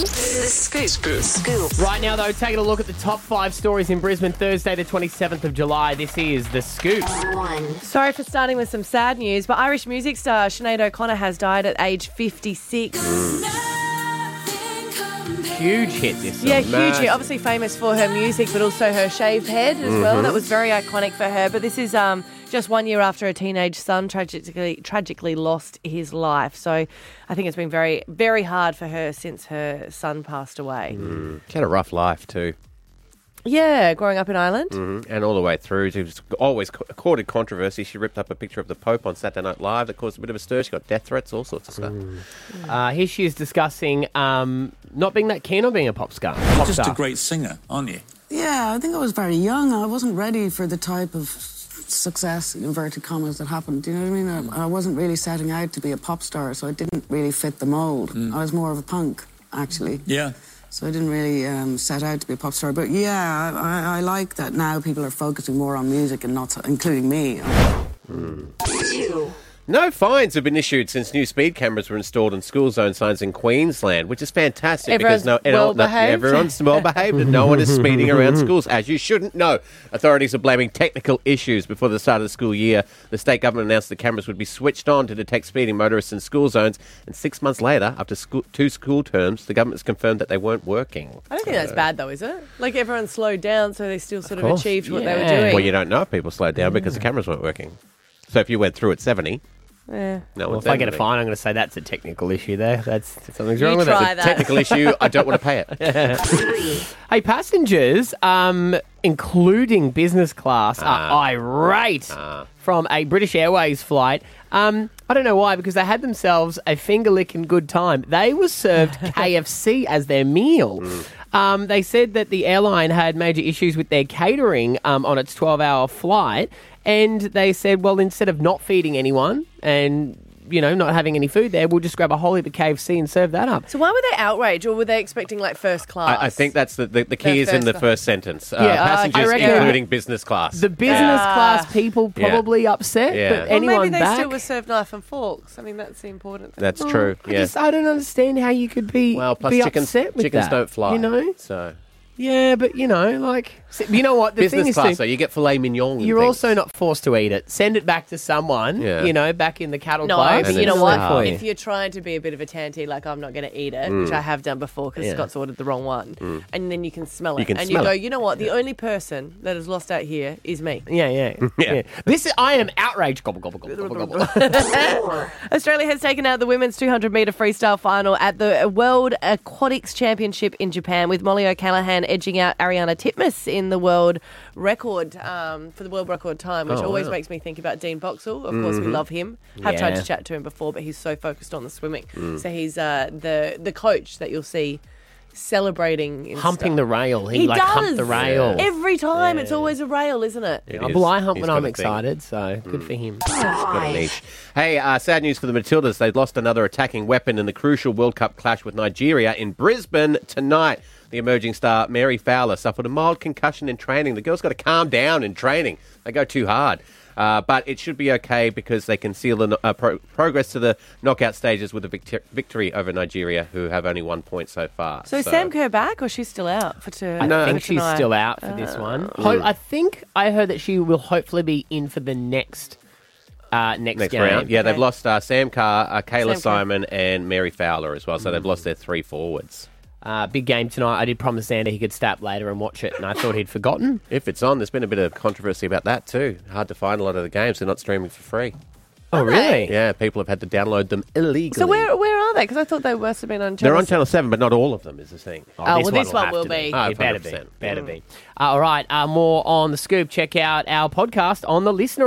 The Scoop. Scoop. Right now, though, taking a look at the top five stories in Brisbane Thursday, the 27th of July. This is The Scoop. Sorry for starting with some sad news, but Irish music star Sinead O'Connor has died at age Oh, 56. Huge hit this song. Yeah, hugely. Obviously famous for her music, but also her shaved head as well. Mhm. That was very iconic for her. But this is um, just one year after her teenage son tragically tragically lost his life. So I think it's been very very hard for her since her son passed away. Mm. She had a rough life, too. Yeah, growing up in Ireland. hmm And all the way through, she was always ca- caught in controversy. She ripped up a picture of the Pope on Saturday Night Live that caused a bit of a stir. She got death threats, all sorts of stuff. Uh, here she is discussing um, not being that keen on being a pop star. Pop Just a star. great singer, aren't you? Yeah, I think I was very young. I wasn't ready for the type of success, inverted commas, that happened. Do you know what I mean? I, I wasn't really setting out to be a pop star, so I didn't really fit the mold. I was more of a punk, actually. Yeah. So I didn't really um, set out to be a pop star. But yeah, I- I, I like that now people are focusing more on music and not, so, including me. No fines have been issued since new speed cameras were installed in school zone signs in Queensland, which is fantastic Everyone's because no, and well all- no- behaved. everyone's well behaved and no one is speeding around schools as you shouldn't. No, authorities are blaming technical issues before the start of the school year. The state government announced the cameras would be switched on to detect speeding motorists in school zones, and six months later, after school, two school terms, the government's confirmed that they weren't working. I don't think that's So- bad though, is it? Like everyone slowed down, so they still sort of, course. achieved what they were Yeah. doing. Well, you don't know if people slowed down because the cameras weren't working. So if you went through at seventy, Yeah. no Well, one's if I get a anything. fine, I'm going to say that's a technical issue there. That's something's You wrong with try it. that. Technical issue, I don't want to pay it. Hey, passengers, um, including business class, Ah. are irate from a British Airways flight. Um, I don't know why, because they had themselves a finger licking good time. They were served KFC as their meal. Um, they said that the airline had major issues with their catering um, on its 12 hour flight. And they said, well, instead of not feeding anyone and, you know, not having any food there, we'll just grab a whole heap of KFC and serve that up. So why were they outraged, or were they expecting like first class? I, I think that's the, the, the key is in the first- first sentence. Uh, Yeah, uh, I passengers, reckon- including business class. The Yeah. business class people Yeah. probably upset, Yeah. but Well, anyone maybe they back. still were served knife and forks. I mean, that's the important thing. That's true. yeah. I don't understand how you could be well, plus be chickens, upset with chickens that, don't fly. you know? so Yeah, but you know, like you know what the Business thing is, class, too, though, you get filet mignon. You're also not forced to eat it. Send it back to someone. Yeah. You know, back in the cattle No, place. but you know what? For you. If you're trying to be a bit of a tanty, like I'm not going to eat it, which Mm. I have done before because Yeah. Scott's ordered the wrong one, Mm. and then you can smell it, You can and smell you go, it. you know what? The only person that has lost out here is me. Yeah, yeah, yeah, This is I am outraged. Gobble gobble gobble gobble gobble. Australia has taken out the women's 200 metre freestyle final at the World Aquatics Championship in Japan, with Molly O'Callaghan edging out Ariana Titmus in the world record um, for the world record time, which Oh, always wow. makes me think about Dean Boxall. Of course, Mm-hmm. we Mhm. love him. Have tried Yeah. to chat to him before, but he's so focused on the swimming. Mm. So he's uh, the the coach that you'll see celebrating, and Humping stuff. the rail. He, like does humped the rail. every time. It's always a rail, isn't it? It is. Well, I hump when I'm excited, so good for him. Got a niche. Hey, uh, sad news for the Matildas. They've lost another attacking weapon in the crucial World Cup clash with Nigeria in Brisbane tonight. The emerging star Mary Fowler suffered a mild concussion in training. The girls got to calm down in training. They go too hard. Uh, but it should be okay because they can seal the no- uh, pro- progress to the knockout stages with a victi- victory over Nigeria, who have only one point so far. So, is Sam Kerr back, or she's still out for two? I think she's still out for this one. Ho- I think I heard that she will hopefully be in for the next uh, next, Next game. round. Yeah, they've Okay. lost uh, Sam Carr, uh, Sam Mm-hmm. Kayla Carr. Simon, and Mary Fowler as well. So they've lost their three forwards. Uh, big game tonight. I did promise Xander he could stay up later and watch it, and I thought he'd forgotten. If it's on, there's been a bit of controversy about that too. Hard to find a lot of the games; they're not streaming for free. Oh, really? Yeah, people have had to download them illegally. So where where are they? Because I thought they must have been on. They're Channel on Channel Seven, but not all of them is the thing. Oh, Oh, this well, one this will one have will to be. be. Oh, It better be. 100%. Better be. Uh, all right. Uh, more on the scoop. Check out our podcast on the listener.